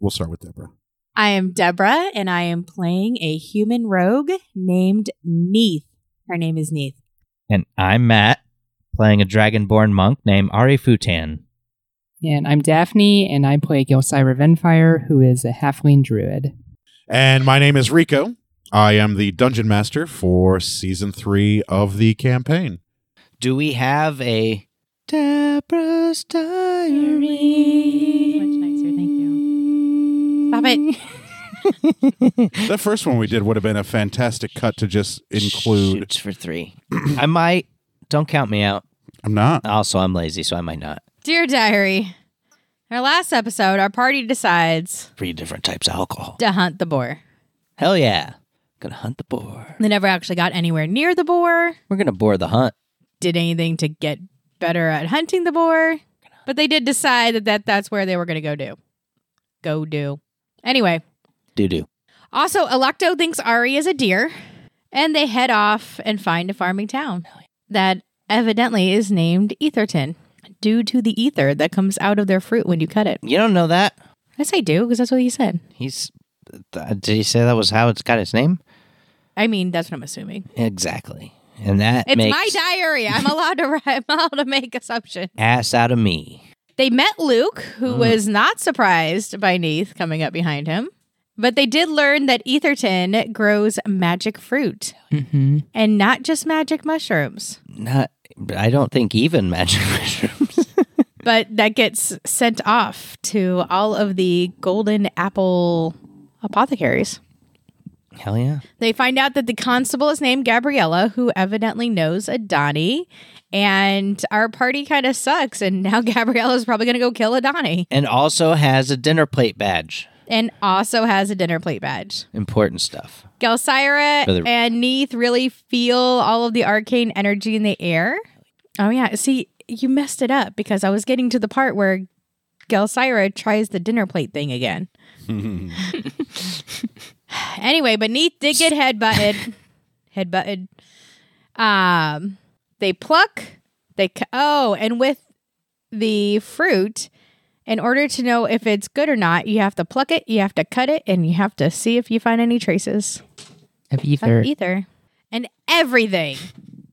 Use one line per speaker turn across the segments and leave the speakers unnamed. We'll start with Deborah.
I am Deborah, and I am playing a human rogue named Neith. Her name is Neith.
And I'm Matt, playing a dragonborn monk named Ari Futan.
And I'm Daphne, and I play Gilcyra Venfire, who is a halfling druid.
And my name is Rico. I am the dungeon master for season three of the campaign.
Do we have a Deborah's Diary?
Much nicer, thank you. Stop it.
That first one we did would have been a fantastic cut to just include.
Shoots for three. I might. Don't count me out.
I'm not.
Also, I'm lazy, so I might not.
Dear Diary, our last episode, our party decides
Three different types of alcohol.
to hunt the boar.
Hell yeah. Gonna hunt the boar.
They never actually got anywhere near the boar,
We're gonna boar the hunt.
did anything to get better at hunting the boar, but they did decide that, that that's where they were going to go do. Go do. Anyway,
Doo doo.
Also, Electo thinks Ari is a deer, and they head off and find a farming town that evidently is named Etherton due to the ether that comes out of their fruit when you cut it.
You don't know that?
I say do because that's what he said.
He's. Th- did he say that was how it's got its name?
I mean, that's what I'm assuming.
Exactly. And that
It's
makes
my diary. I'm allowed to write. I'm allowed to make assumptions.
ass out of me.
They met Luke, who
Mm.
was not surprised by Neith coming up behind him, but they did learn that Etherton grows magic fruit
Mm-hmm.
and not just magic mushrooms.
not I don't think even magic mushrooms.
but that gets sent off to all of the golden apple apothecaries.
Hell yeah.
They find out that the constable is named Gabriella, who evidently knows Adani, and our party kind of sucks. And now Gabriella's probably going to go kill Adani
And also has a dinner plate badge.
and also has a dinner plate badge.
Important stuff.
Gelsira
Brother-
and Neith really feel all of the arcane energy in the air. Oh yeah, see, you messed it up because I was getting to the part where Gelsira tries the dinner plate thing again. Anyway, but Neith did get headbutted. headbutted. Um, they pluck. They c- oh, and with the fruit, in order to know if it's good or not, you have to pluck it, you have to cut it, and you have to see if you find any traces
Of
of
ether.
ether. And everything,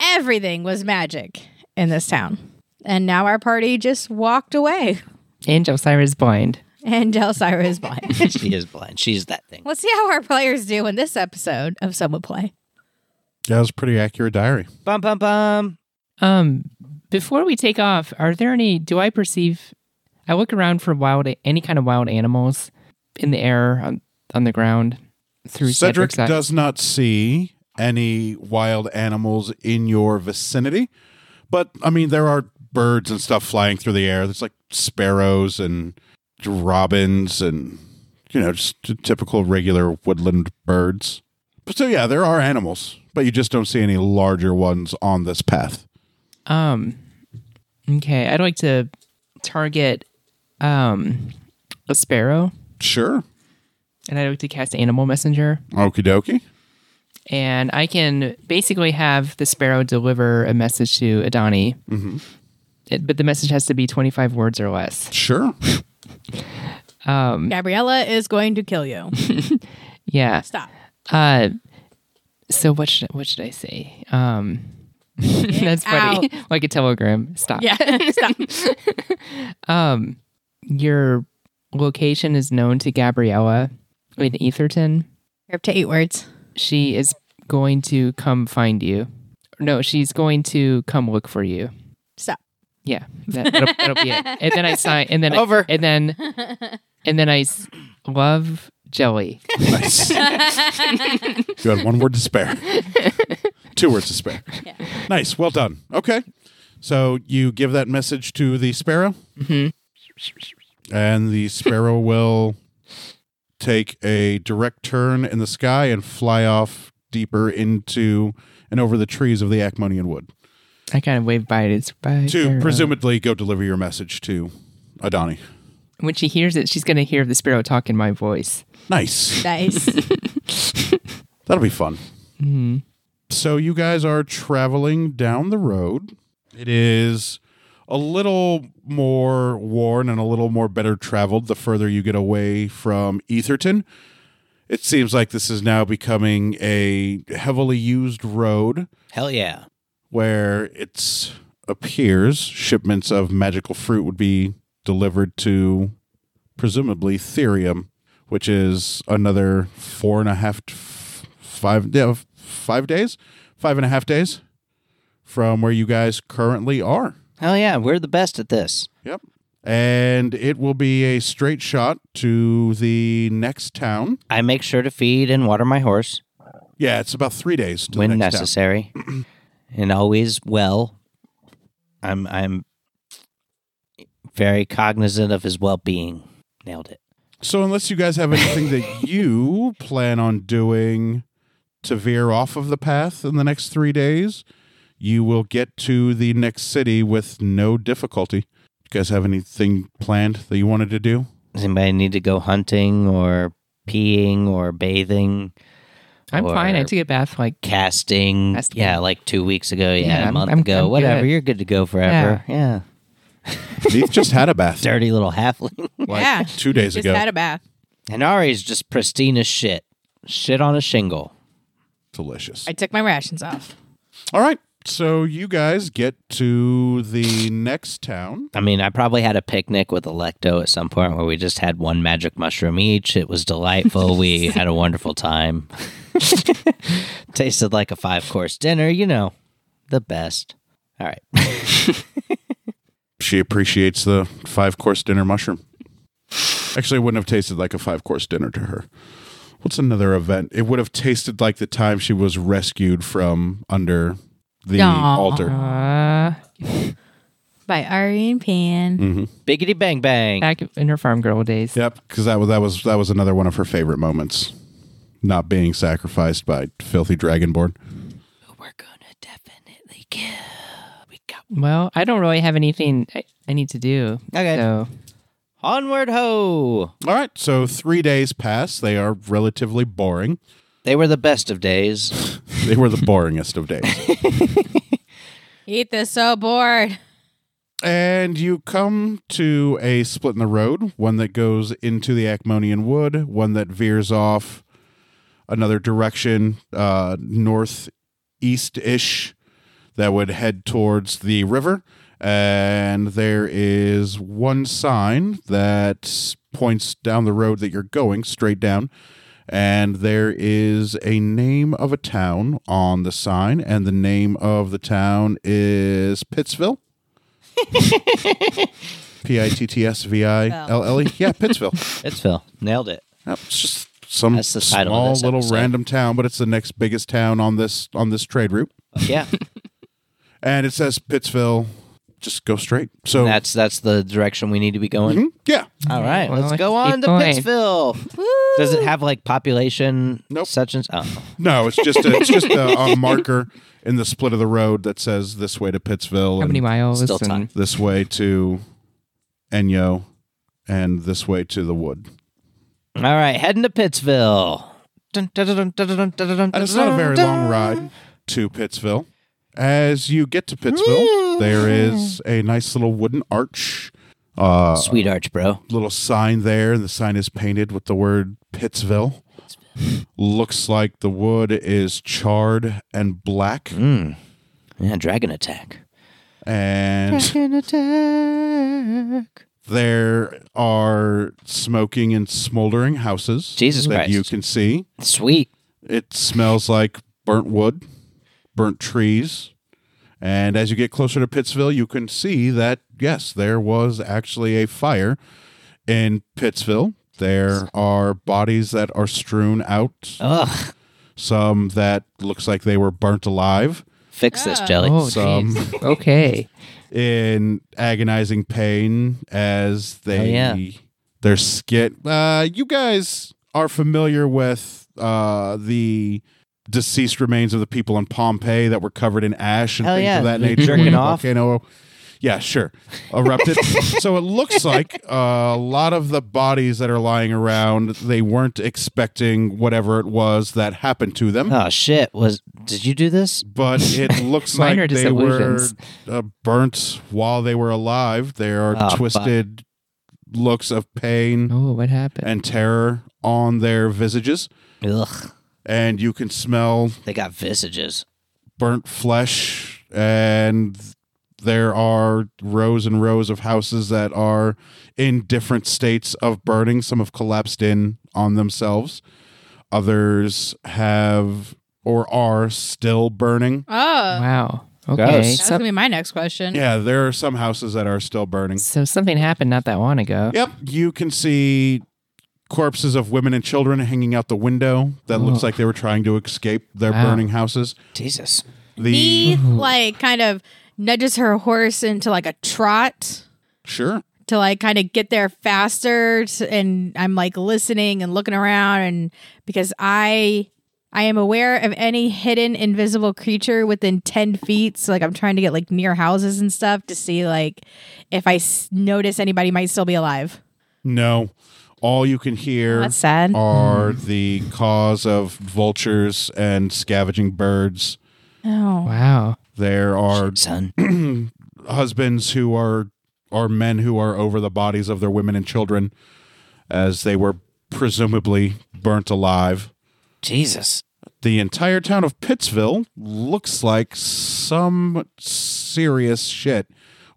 everything was magic in this town. And now our party just walked away.
and Gilcyra is blind.
And Delsira is blind.
she is blind. She's that thing.
Let's see how our players do in this episode of Some Would Play.
That was a pretty accurate diary.
Bum bum bum.
Um, before we take off, are there any? Do I perceive? I look around for wild, any kind of wild animals in the air on on the ground through
Cedric
Cedric's eye.
does not see any wild animals in your vicinity, but I mean, there are birds and stuff flying through the air. There's like sparrows and robins and, you know, just t- typical regular woodland birds. But so, yeah, there are animals, but you just don't see any larger ones on this path.
Um, okay, I'd like to target um a sparrow,
Sure.
and I'd like to cast animal messenger.
Okie dokie.
and I can basically have the sparrow deliver a message to Adani. It, but the message has to be 25 words or less.
Sure.
Gabriella is going to kill you.
Yeah.
Stop.
Uh, so what should what should I say? Um, that's funny. like a telegram. Stop. Um,
Yeah. Stop.
Your location is known to Gabriella in Etherton.
You're up to eight words.
She is going to come find you. No, she's going to come look for you.
Stop.
Yeah, that, that'll, that'll be it. And then I sign. And then I-
Over.
and then and then I s- love jelly.
Nice. you had one word to spare. Two words to spare. Nice. Well done. Okay. So you give that message to the sparrow. Mm-hmm. And the sparrow will take a direct turn in the sky and fly off deeper into and over the trees of the Acmonian wood
I kind of waved by it. It's by
to
Pharaoh.
presumably go deliver your message to Adani.
when she hears it, she's going to hear the sparrow talk in my voice.
Nice.
Nice.
That'll be fun.
Mm-hmm.
So you guys are traveling down the road. It is a little more worn and a little more better traveled the further you get away from Etherton. It seems like this is now becoming a heavily used road
Hell yeah.
where it's appears shipments of magical fruit would be delivered to presumably Therium, which is another four and a half, to f- five, yeah, five days, five and a half days from where you guys currently are.
Hell yeah. We're the best at this.
Yep. And it will be a straight shot to the next town.
I make sure to feed and water my horse
Yeah, it's about three days to the
when
next town.
necessary, and always well. I'm I'm very cognizant of his well being. Nailed it.
So unless you guys have anything that you plan on doing to veer off of the path in the next three days, you will get to the next city with no difficulty. You guys have anything planned that you wanted to do?
Does anybody need to go hunting or peeing or bathing,
I'm fine. I
Or-
took a bath like
casting?
Casting.
Yeah, like two weeks ago. Yeah,
Yeah,
a
I'm-
month
I'm-
ago.
I'm
whatever.
good.
You're good to go forever. Yeah.
They've just had a bath
Dirty little halfling.
like
yeah.
two days
Just
ago.
had a bath.
and Ari's just pristine as shit. Shit on a shingle.
Delicious.
I took my rations off.
All right. So you guys get to the next town.
I mean, I probably had a picnic with Electo at some point where we just had one magic mushroom each. It was delightful. we had a wonderful time. Tasted like a five course dinner, you know, the best. All right.
She appreciates the five course dinner mushroom. Actually, it wouldn't have tasted like a five course dinner to her. What's another event? It would have tasted like the time she was rescued from under the
Aw.
altar.
uh,
By Ari and Pan.
Mm.
Biggity bang bang.
back in her farm girl days.
Mm-hmm. Yep, because that was that was that was another one of her favorite moments, not being sacrificed by filthy dragonborn.
We're going to definitely kill. We got
Well, I don't really have anything I, I need to do.
Okay.
So
Onward ho.
All right, so three days pass. They are relatively boring.
They were the best of days.
They were the boringest of days.
Eat this so bored.
And you come to a split in the road, one that goes into the Acmonian Wood, one that veers off another direction, uh, northeast ish, that would head towards the river. And there is one sign that points down the road that you're going, straight down. And there is a name of a town on the sign, and the name of the town is Pittsville. P I T T S V I L L E. Yeah, Pittsville.
It's Phil. Nailed it.
Yep, it's just some
That's the title of
small
this
little
episode.
random town, but it's the next biggest town on this on this trade route.
Yeah.
And it says Pittsville. Just go straight. So
that's that's the direction we need to be going.
Mhm, yeah,
All right. Mm-hmm.
Well,
let's
let's
go
keep
on to
going.
Pittsville. Does it have like population
Nope.
such and oh.
no, it's just a, it's just a, a marker in the split of the road that says this way to Pittsville,
how many
and
miles?
Still
and-
time.
this way to Enyo, and this way to the wood.
All right, heading to Pittsville. Dun, dun, dun, dun, dun, dun, dun, dun,
And it's not a very
dun.
long ride to Pittsville. As you get to Pittsville, there is a nice little wooden arch. Uh,
Sweet arch, bro.
little sign there, and the sign is painted with the word Pittsville. Looks like the wood is charred and black,
Mm. Yeah, dragon attack.
and
Dragon attack.
there are smoking and smoldering houses
Jesus
that
Christ.
you can see.
Sweet.
It smells like burnt wood, burnt trees, And as you get closer to Pittsville, you can see that, yes, there was actually a fire in Pittsville. There are bodies that are strewn out,
Ugh.
some that looks like they were burnt alive,
Fix this, Jelly.
Oh,
Some-
jeez. okay.
in agonizing pain as they
Oh, yeah.
their skin. Uh, you guys are familiar with uh, the deceased remains of the people in Pompeii that were covered in ash and
Hell
things
yeah,
of that
they're
nature. Mm-hmm.
jerking
when the
off.
Volcano, yeah, sure, erupted. so it looks like uh, a lot of the bodies that are lying around they weren't expecting whatever it was that happened to them
Oh shit! Was did you do this?
but it looks
Mine
like
are
they were
disillusions.
uh, burnt while they were alive. There are
Oh, fuck.
twisted looks of pain
Ah, Oh, what happened?
and terror on their visages,
Ugh.
and you can smell
They got visages.
burnt flesh. And there are rows and rows of houses that are in different states of burning. Some have collapsed in on themselves. Others have or are still burning.
Oh,
Wow. Okay.
Gross.
that's gonna be my next question.
Yeah, there are some houses that are still burning.
So something happened not that long ago.
Yep, you can see corpses of women and children hanging out the window that looks like they were trying to escape their
Wow.
burning houses.
Jesus.
The
He like kind of nudges her horse into like a trot
sure,
to like kind of get there faster s- and I'm like listening and looking around and because I I am aware of any hidden invisible creature within 10 feet so like I'm trying to get like near houses and stuff to see like if I s- notice anybody might still be alive.
no. All you can hear
That's sad.
are the caws of vultures and scavenging birds.
Oh.
Wow.
There are
Son.
husbands who are are men who are over the bodies of their women and children as they were presumably burnt alive.
Jesus.
the entire town of Pittsville looks like some serious shit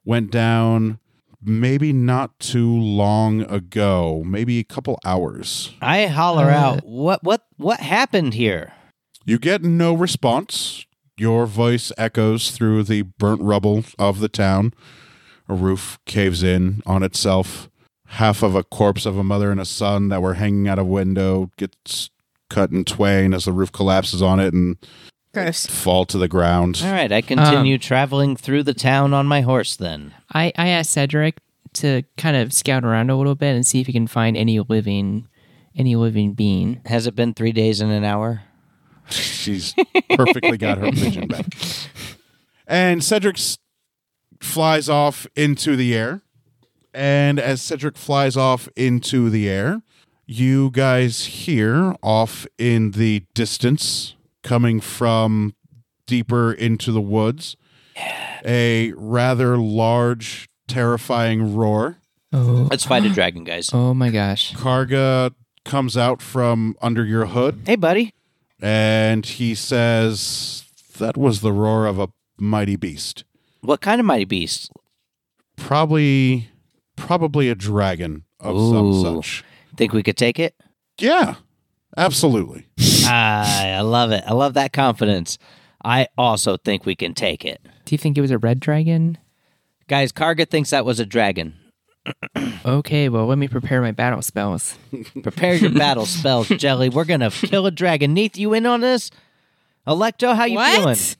went down maybe not too long ago, maybe a couple hours.
I holler
Uh,
out. What? What? What happened here?
You get no response. Your voice echoes through the burnt rubble of the town. A roof caves in on itself. Half of a corpse of a mother and a son that were hanging out a window gets cut in twain as the roof collapses on it and
Gross.
fall to the ground.
All right. I continue traveling through the town on my horse. Then.
I, I asked Cedric to kind of scout around a little bit and see if he can find any living any living being.
Has it been three days and an hour?
She's perfectly got her vision back. And Cedric s- flies off into the air. And as Cedric flies off into the air, you guys hear off in the distance, coming from deeper into the woods, a rather large, terrifying roar.
Oh,
Let's fight a dragon, guys.
oh my gosh.
Karga comes out from under your hood
Hey, buddy.
and he says, That was the roar of a mighty beast.
What kind of mighty beast?
probably probably a dragon of some
Ooh.
such.
Think we could take it?
Yeah, absolutely.
Ah, I love it. I love that confidence. I also think we can take it.
Do you think it was a red dragon?
Guys, Karga thinks that was a dragon.
Okay, well let me prepare my battle spells.
Prepare your battle spells, Jelly. We're gonna kill a dragon. Neath, you in on this? Electo, how you feeling?
What?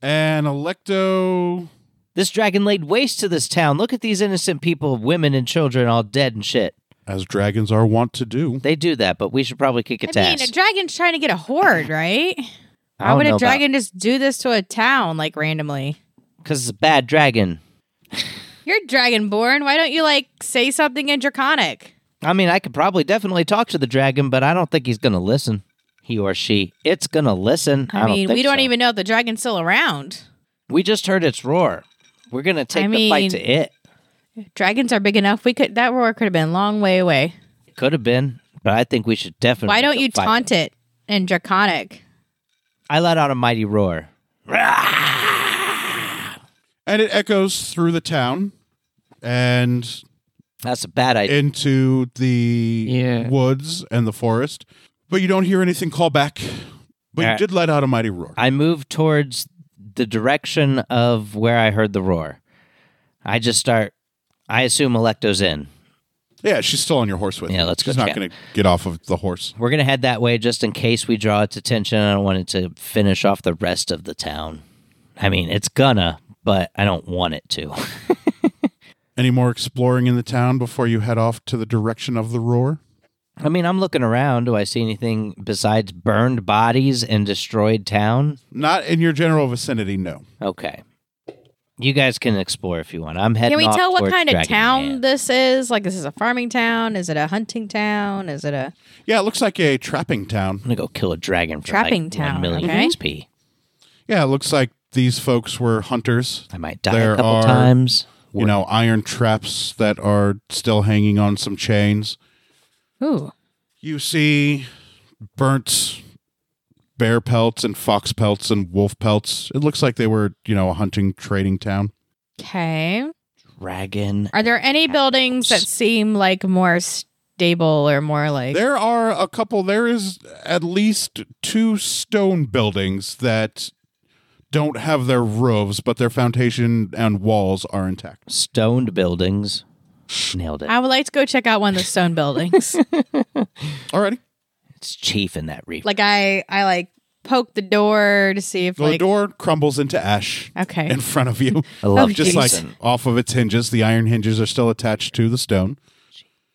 And Electo,
This dragon laid waste to this town. Look at these innocent people, women and children, all dead and shit.
as dragons are wont to do,
They do that, but we should probably kick its
I mean, a
ass.
dragon's trying to get a horde, right?
I
Why
don't
would
know
a
about-
dragon just do this to a town like randomly?
Because it's a bad dragon.
You're dragonborn. Why don't you like say something in draconic?
I mean, I could probably definitely talk to the dragon, but I don't think he's gonna listen. He or she. It's gonna listen. I,
I, mean,
don't
we
think
don't
so.
even know if the dragon's still around.
We just heard its roar. We're gonna take the
mean-
fight to it.
Dragons are big enough. We could that roar could have been a long way away.
Could have been, but I think we should definitely.
Why don't
go
you
fight
taunt it in draconic?
I let out a mighty roar.
and it echoes through the town and
That's a bad idea.
into the
Yeah.
woods and the forest. But you don't hear anything call back. But you
Alright.
did let out a mighty roar.
I move towards the direction of where I heard the roar. I just start. I assume Electo's in.
Yeah, she's still on your horse with
Yeah,
you.
let's go
She's not
check.
going to get off of the horse.
We're gonna head that way just in case we draw its attention. I don't want it to finish off the rest of the town. I mean, it's gonna, but I don't want it to.
Any more exploring in the town before you head off to the direction of the roar?
I mean, I'm looking around. Do I see anything besides burned bodies and destroyed town?
Not in your general vicinity, no.
Okay. You guys can explore if you want. I'm heading.
Can we
off
tell what
towards
kind of
Dragon
town
Man.
this is? Like, this is a farming town? Is it a hunting town? Is it a
Yeah, it looks like a trapping town.
I'm gonna go kill a dragon for
Trapping
like
town,
1 million
okay.
XP.
Yeah, it looks like these folks were hunters.
I might die
There
a couple
are-
times.
You know, iron traps that are still hanging on some chains.
ooh?
You see burnt bear pelts and fox pelts and wolf pelts. It looks like they were, you know, a hunting trading town.
Okay.
Dragon.
Are there any buildings that seem like more stable or more like
There are a couple. There is at least two stone buildings that don't have their roofs, but their foundation and walls are intact.
Stoned buildings. Nailed it.
I would like to go check out one of the stone buildings.
Alrighty.
It's chief in that reef.
like I I like poke the door to see if
The
like
door crumbles into ash
okay.
in front of you.
I love
Just like
Jason.
off of its hinges, the iron hinges are still attached to the stone.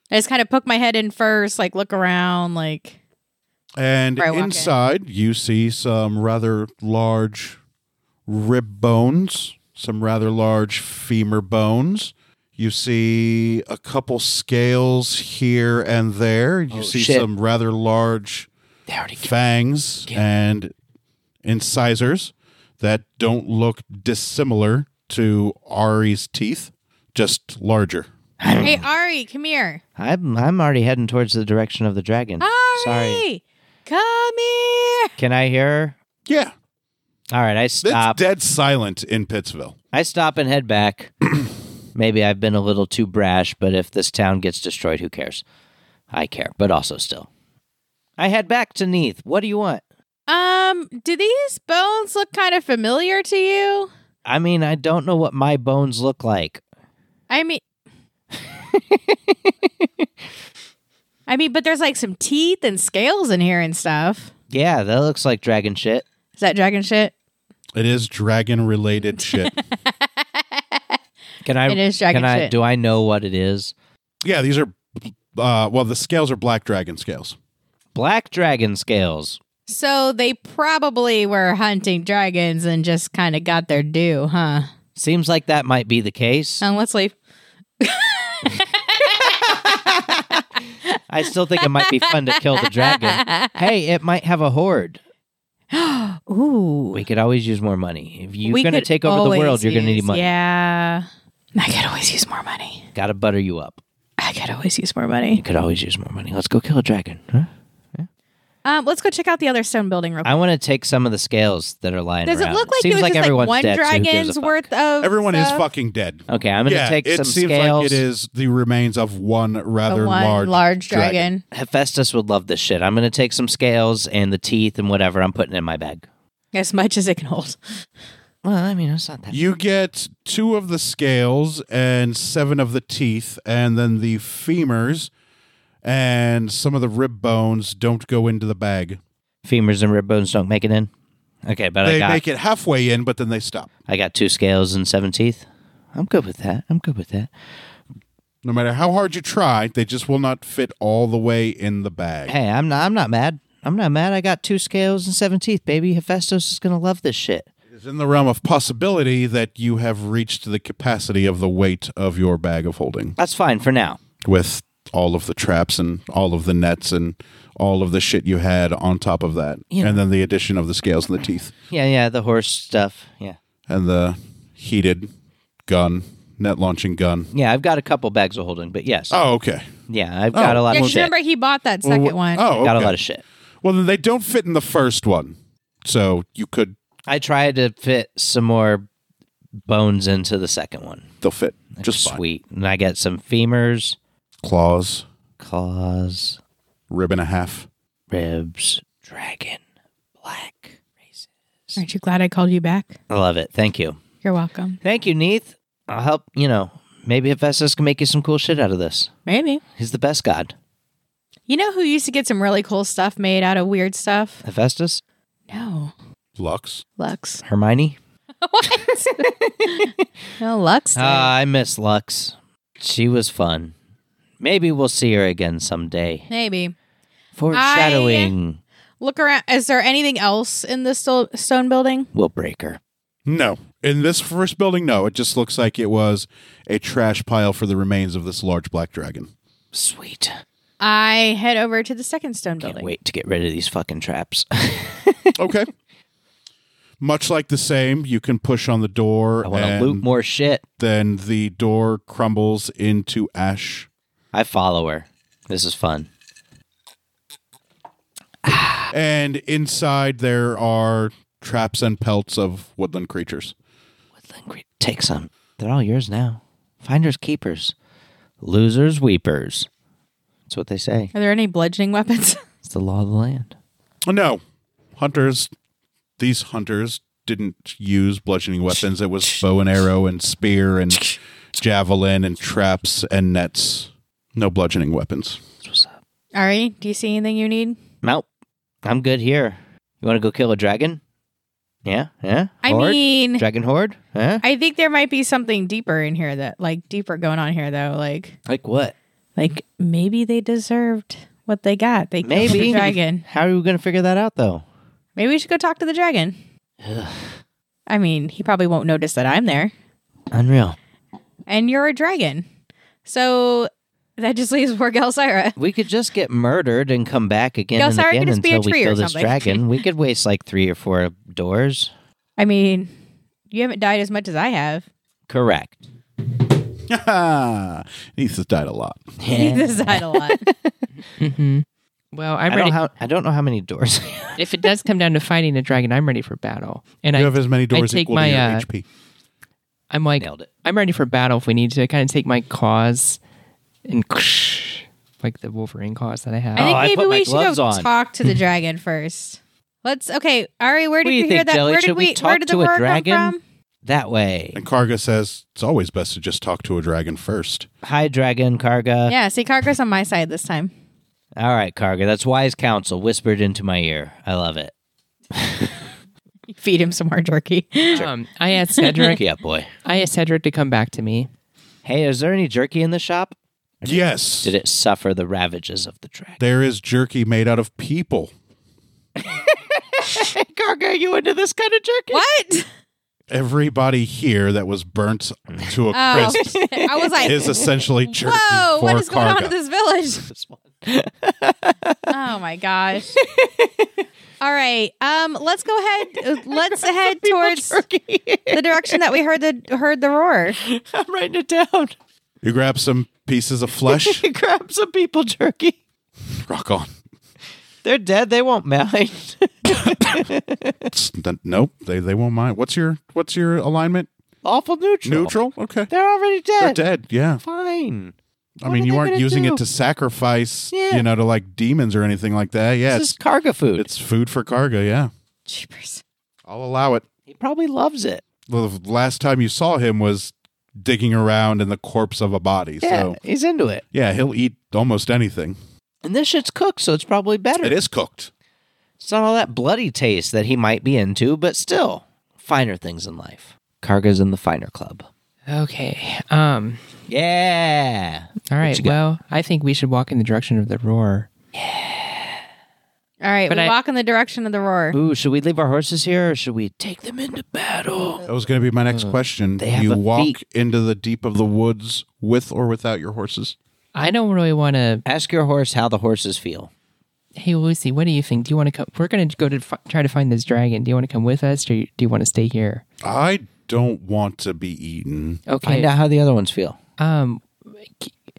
I just kind of poke my head in first, like look around, like
And
Before I walk in.
inside, you see some rather large rib bones, some rather large femur bones. You see a couple scales here and there. You
Oh,
see
shit.
some rather large
they already
fangs and incisors that don't look dissimilar to Ari's teeth, just larger.
Hey Ari, come here.
I'm I'm already heading towards the direction of the dragon.
Ari
Sorry.
Come here.
Can I hear her?
Yeah,
All right, I
it's
stop.
dead silent in Pittsville.
I stop and head back. Maybe I've been a little too brash, but if this town gets destroyed, who cares? I care, but also still. I head back to Neath. What do you want?
Um, do these bones look kind of familiar to you?
I mean, I don't know what my bones look like.
I mean I mean, but there's like some teeth and scales in here and stuff.
Yeah, that looks like dragon shit.
Is that dragon shit?
It is dragon related shit.
Can I?
It is dragon
can I?
shit.
Do I know what it is?
Yeah, these are. Uh, well, the scales are black dragon scales.
Black dragon scales.
So they probably were hunting dragons and just kind of got their due, huh?
Seems like that might be the case.
Um, let's leave.
I still think it might be fun to kill the dragon. Hey, it might have a horde.
Ooh.
We could always use more money. If you're
We
going to
could
take over the world,
always
you're going to need
use-
money.
Yeah. I could always use more money.
Got to butter you up.
I could always use more
You
money.
could always use more money. Let's go kill a dragon. Huh?
Um, let's go check out the other stone building real quick.
I want to take some of the scales that are lying
Does it
around.
look like
Seems
it was
like
just like
everyone's
one
dead, so who gives a
dragon's
fuck?
worth of
Everyone is
stuff?
fucking dead.
Okay, I'm going to
yeah,
take
it
some
seems
scales.
like it is the remains of one
The
rather
one
large,
large, dragon.
Hephaestus would love this shit. I'm going to take some scales and the teeth and whatever I'm putting in my bag.
As much as it can hold.
Well, I mean, it's not that.
You get two of the scales and seven of the teeth, and then the femurs and some of the rib bones don't go into the bag.
Femurs and rib bones don't make it in. Okay, but I
They
got
make it halfway in, but then they stop.
I got two scales and seven teeth. I'm good with that. I'm good with that.
No matter how hard you try, they just will not fit all the way in the bag.
Hey, I'm not. I'm not mad. I'm not mad. I got two scales and seven teeth, baby. Hephaestus is gonna love this shit.
It's in the realm of possibility that you have reached the capacity of the weight of your bag of holding
That's fine for now.
with all of the traps and all of the nets and all of the shit you had on top of that.
Yeah.
And then the addition of the scales and the teeth
Yeah, yeah. The horse stuff. Yeah,
and the heated gun, net launching gun.
yeah. I've got a couple bags of holding, but yes.
Oh, okay.
Yeah, I've got
Oh.
a lot
Yeah,
of
'cause
shit.
remember he bought that second one.
Oh, okay.
Got a lot of shit.
well, then they don't fit in the first one. So you could,
I tried to fit some more bones into the second one.
they'll fit just fine.
sweet, and I got some femurs,
Claws,
claws,
rib and a half.
ribs, dragon, black. races. times.
Aren't you glad I called you back?
I love it. Thank you.
You're welcome.
Thank you, Neith. I'll help, you know, maybe Hephaestus can make you some cool shit out of this.
Maybe.
He's the best god.
You know who used to get some really cool stuff made out of weird stuff?
Hephaestus?
No.
Lux.
Lux.
Hermione?
what? no, Lux. did.
Ah, I miss Lux. She was fun. Maybe we'll see her again someday.
Maybe.
Foreshadowing.
Look around. Is there anything else in this sto- stone building?
We'll break her.
No. In this first building, no. It just looks like it was a trash pile for the remains of this large black dragon.
Sweet.
I head over to the second stone
Can't
building.
wait to get rid of these fucking traps.
Okay. Much like the same, you can push on the door
I want to
and
loot more shit.
then the door crumbles into ash.
I follow her. This is fun.
And inside there are traps and pelts of woodland creatures.
Woodland Creek. Take some. They're all yours now. Finders keepers. Losers weepers. That's what they say.
Are there any bludgeoning weapons?
It's the law of the land.
No. Hunters these hunters didn't use bludgeoning weapons. It was bow and arrow and spear and javelin and traps and nets. No bludgeoning weapons.
That's what's up.
Ari, do you see anything you need?
Nope. I'm good here. You want to go kill a dragon? Yeah? Yeah?
I
Horde?
mean,
Dragon horde? Huh?
I think there might be something deeper in here that, like, deeper going on here, though. Like,
Like what?
like maybe they deserved what they got. They killed
Maybe.
the dragon.
How are we going to figure that out, though?
Maybe we should go talk to the dragon. I mean, he probably won't notice that I'm there,
Unreal.
and you're a dragon, so that just leaves poor Gelsira.
We could just get murdered and come back again
Y'all
and
sorry,
again
could just be a
until we
tree or
kill this
something.
dragon. We could waste like three or four doors.
I mean, you haven't died as much as I have.
Correct.
Neith has died a lot.
He has died a lot.
Well, I'm
I
ready.
don't, how, I don't know how many doors.
if it does come down to fighting a dragon, I'm ready for battle. And
you
I,
have as many doors
take
equal
my,
to your
uh,
HP.
I'm like,
Nailed it.
I'm ready for battle if we need to. I kind of take my claws and like the Wolverine claws that I have.
I think
Oh, I
maybe
put my
we should
gloves
go
on.
talk to the dragon first. Let's okay, Ari. Where did
What do you
you, hear
think,
that?
Jelly?
Where did
Should we
we? Where
talk
did
to
the
a
word come
dragon?
from?
That way.
And Karga says it's always best to just talk to a dragon first.
Hi, Dragon Karga.
Yeah, see, Karga's on my side this time.
All right, Karga. That's wise counsel whispered into my ear. I love it.
Feed him some more jerky.
um, I asked Cedric.
yeah, boy.
I asked Cedric to come back to me.
Hey, is there any jerky in the shop?
Yes.
Did it suffer the ravages of the dragon?
There is jerky made out of people.
Karga, are you into this kind of jerky?
what?
Everybody here that was burnt to a
Oh,
crisp
I was like,
is essentially jerky
whoa,
for
what is going
Karga.
on in this village? oh my gosh. All right. Um, let's go ahead. Let's head towards the direction that we heard the heard the roar.
I'm writing it down.
You grab some pieces of flesh,
Grab some people jerky.
rock on.
They're dead. They won't mind.
It's- n- Nope, they they won't mind. What's your what's your alignment?
Awful neutral.
Neutral? Okay.
They're already
They're
dead.
dead, yeah.
Fine.
I mean,
are
you
they
aren't
gonna
using
do?
it to sacrifice,
Yeah.
you know, to like demons or anything like that. Yeah, it's
this is Karga food.
it's food for Karga, yeah.
Jeepers.
I'll allow it.
he probably loves it.
The last time you saw him was digging around in the corpse of a body.
Yeah,
So,
he's into it.
yeah, he'll eat almost anything.
And this shit's cooked, so it's probably better.
It is cooked.
It's not all that bloody taste that he might be into, but still, finer things in life. Karga's in the finer club.
Okay. Um.
Yeah.
All right. Well, I think we should walk in the direction of the roar.
All right,
But
we
I-
walk in the direction of the roar.
Ooh, should we leave our horses here or should we take them into battle?
That was going to be my next question.
they have
you
a
walk
feet.
into the deep of the woods with or without your horses?
I don't really want to.
Ask your horse how the horses feel.
Hey, Lucy, what do you think? Do you want to come? We're going to go to fi- try to find this dragon. Do you want to come with us, or you- do you want to stay here?
I don't want to be eaten.
Okay.
Find out how the other ones feel.
Um,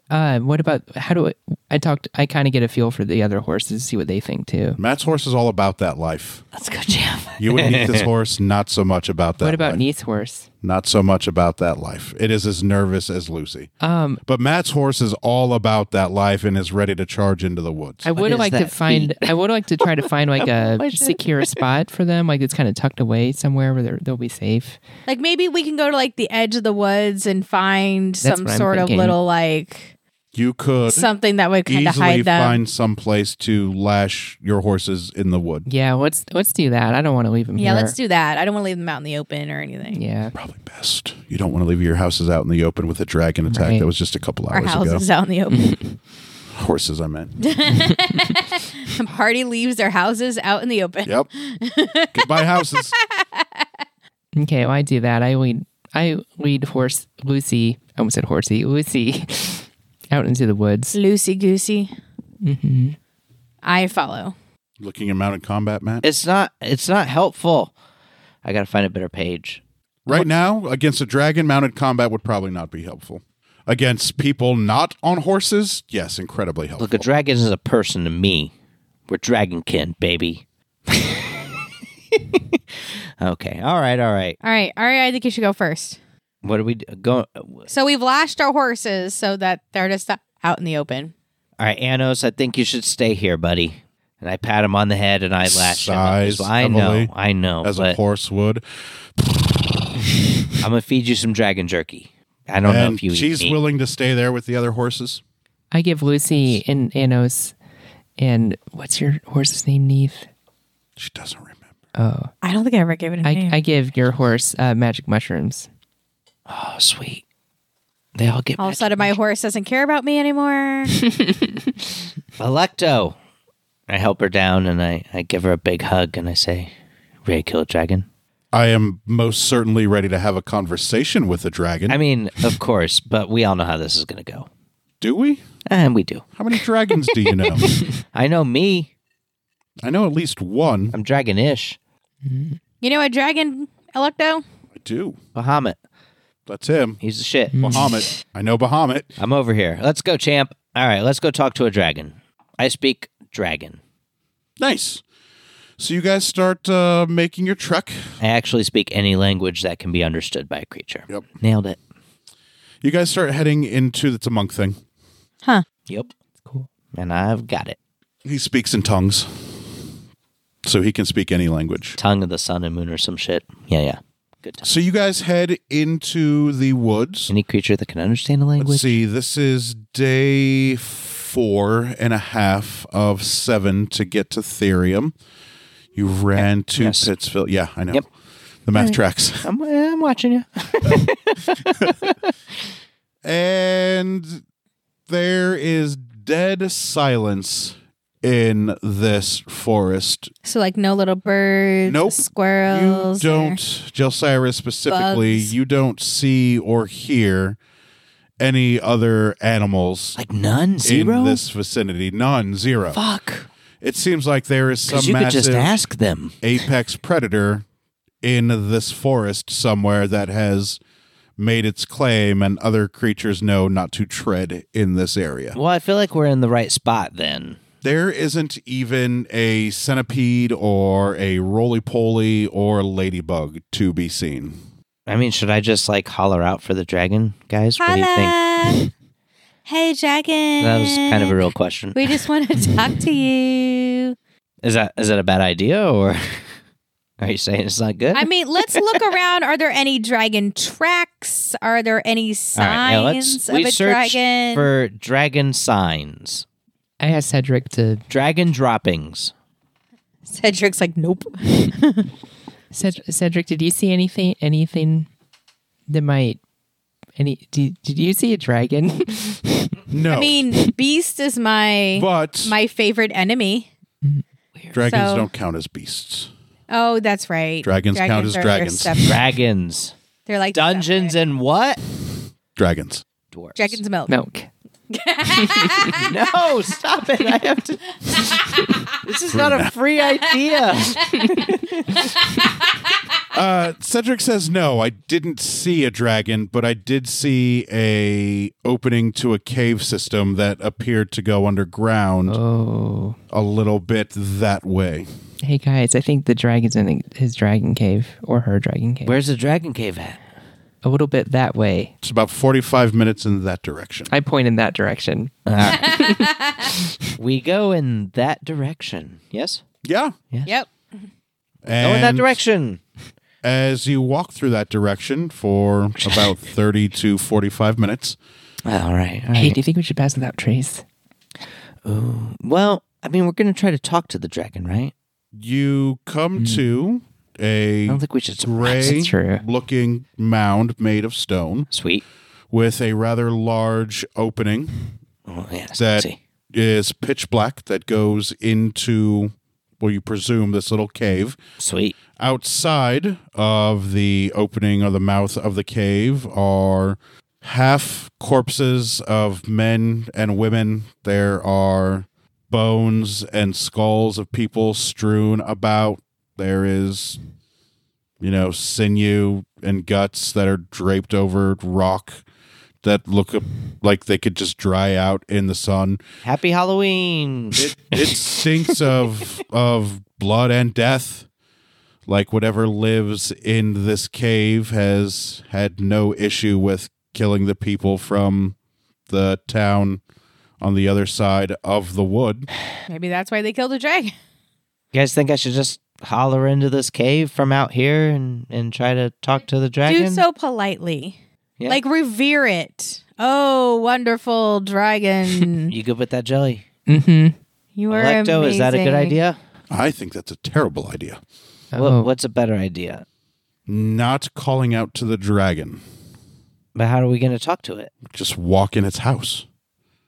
uh, what about how do I? I talked. I kind of get a feel for the other horses, see what they think too.
Matt's horse is all about that life.
Let's go, Jim.
You would need this horse, not so much about that.
what about
life.
Neith's horse?
Not so much about that life. It is as nervous as Lucy.
Um,
But Matt's horse is all about that life and is ready to charge into the woods.
I would
is
like to
that
find. I would like to try to find like a
is it-
secure spot for them, like it's kind of tucked away somewhere where they're, they'll be safe.
Like maybe we can go to like the edge of the woods and find some
what I'm
sort of
thinking.
little like
you could
something that would kind of
easily
hide them.
find some place to lash your horses in the wood.
Yeah, let's let's do that. I don't want to leave them
yeah,
here.
let's do that. I don't want to leave them out in the open or anything.
Yeah,
Probably best. You don't want to leave your houses out in the open with a dragon attack
Right.
that was just a couple
Our
hours ago.
houses out in the open.
Horses, I meant.
Party leaves their houses out in the open.
Yep. Goodbye, houses.
Okay, well, I do that. I lead I lead horse Lucy. I almost said horsey Lucy out into the woods.
Loosey goosey.
Mm-hmm.
I follow.
Looking at mounted combat, Matt.
It's not. It's not helpful. I gotta find a better page.
Right now, against a dragon, mounted combat would probably not be helpful. Against people not on horses, yes, incredibly helpful.
Look, a dragon is a person to me. We're dragonkin, baby. okay. All right. All right.
All right, all right. I think you should go first.
What are we do- go? All
So we've lashed our horses so that they're just out in the open.
right, Anos. I think you should stay here, buddy. And I pat him on the head and I lash
Sighs
him. up. I know.
heavily
I know.
as a
but
horse would.
I'm gonna feed you some dragon jerky. I don't know
And
if you
she's
eat meat.
willing to stay there with the other horses.
I give Lucy and Anos and what's your horse's name, Neith?
She doesn't remember.
I don't think I ever gave it a
I,
name.
I give your horse uh, magic mushrooms.
Oh, sweet. They all get
All of a sudden, my horse doesn't care about me anymore.
Electo. I help her down and I, I give her a big hug and I say, Ray killed dragon.
I am most certainly ready to have a conversation with a dragon.
I mean, of course, but we all know how this is going to go.
do we?
And we do.
How many dragons do you know?
I know me.
I know at least one.
I'm dragonish.
you know a dragon, Electo?
I do.
Bahamut.
That's him.
He's the shit.
Hmm. Bahamut. I know Bahamut.
I'm over here. Let's go, champ. All right, let's go talk to a dragon. I speak dragon.
Nice. So you guys start uh, making your trek.
I actually speak any language that can be understood by a creature.
Yep.
Nailed it.
You guys start heading into it's a monk thing.
Yep. Cool. And I've got it.
He speaks in tongues, so he can speak any language.
Tongue of the sun and moon or some shit. Yeah, yeah. Good time.
So you guys head into the woods.
Any creature that can understand a
Let's
language?
see. This is day four and a half of seven to get to Therium. You ran to
Yes.
Pittsfield. Yeah, I know.
Yep.
The math tracks.
I'm, I'm watching you.
And there is dead silence in this forest.
So, like, no little birds,
Nope.
squirrels.
you
or-
don't, Jelsira specifically,
bugs.
you don't see or hear any other animals
Like none, zero.
in this vicinity. None, zero.
Fuck.
It seems like there is some
Because you could just
massive
ask them.
apex predator in this forest somewhere that has made its claim and other creatures know not to tread in this area.
Well, I feel like we're in the right spot then.
There isn't even a centipede or a roly poly or ladybug to be seen.
I mean, should I just like holler out for the dragon, guys? What do you think?
Holla! Hey, dragon.
That was kind of a real question.
We just want to talk to you.
Is that is that a bad idea or are you saying it's not good?
I mean, let's look around. Are there any dragon tracks? Are there any
All right,
signs
yeah, let's-
of
we
a
search
dragon?
for dragon signs,
I asked Cedric to
dragon droppings.
Cedric's like, nope.
Ced- Cedric. Did you see anything? Anything that might? Any? Did, did you see a dragon?
No.
I mean, Beast is my
but
my favorite enemy.
dragons
so-
don't count as beasts.
Oh, that's right.
Dragons count as
are- are
dragons.
stuff-
Dragons,
They're like
dungeons,
stuff,
and what?
Dragons.
Dwarves.
right? Dragon's milk.
Milk.
No, stop it! I have to. this is not a free idea.
Uh, Cedric says no. I didn't see a dragon, but I did see a opening to a cave system that appeared to go underground
Oh.
a little bit that way.
Hey guys, I think the dragon's in his dragon cave or her dragon cave.
Where's the dragon cave at?
a little bit that way.
It's about 45 minutes in that direction.
I point in that direction.
we go in that direction. Yes?
Yeah.
Yep.
And
go in that direction.
As you walk through that direction for about 30 to 45 minutes,
All right. All right.
Hey, do you think we should pass without trees?
well, I mean, we're going to try to talk to the dragon, right?
you come to
I
a
don't think we should. surprise it.
gray
That's true.
looking mound made of stone
Sweet.
with a rather large opening
Oh, yes.
that
see.
is pitch black that goes into, well, you presume this little cave.
Sweet.
Outside of the opening or the mouth of the cave are half corpses of men and women. There are bones and skulls of people strewn about. There is, you know, sinew and guts that are draped over rock that look like they could just dry out in the sun.
Happy Halloween.
It, it stinks of of blood and death. Like whatever lives in this cave has had no issue with killing the people from the town on the other side of the wood.
Maybe that's why they killed a dragon.
You guys think I should just holler into this cave from out here and, and try to talk to the dragon?
Do so politely.
Yeah.
Like revere it. Oh, wonderful dragon.
You good with that jelly?
Mm-hmm.
you are
Electo, is that a good
amazing.
idea?
I think that's a terrible idea. Oh.
Wha- what's a better idea?
Not calling out to the dragon,
But how are we going to talk to it?
just walk in its house.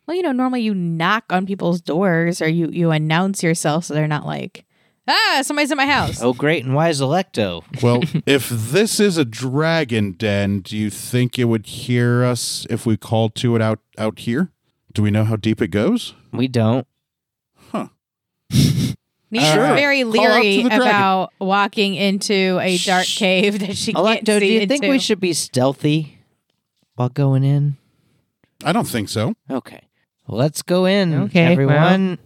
Well, you know, normally you knock on people's doors or you you announce yourself so they're not like, ah, somebody's in my house.
Oh, great and wise Electo.
Well, if this is a dragon den, do you think it would hear us if we called to it out out here? Do we know how deep it goes?
We don't.
Nisha's
Sure.
very
Call out to
leery
the dragon.
about walking into a dark
Shh.
cave that she can't
Electo, do
see
you think
into.
we should be stealthy while going in?
I don't think so.
Okay. Let's go in,
Okay,
everyone.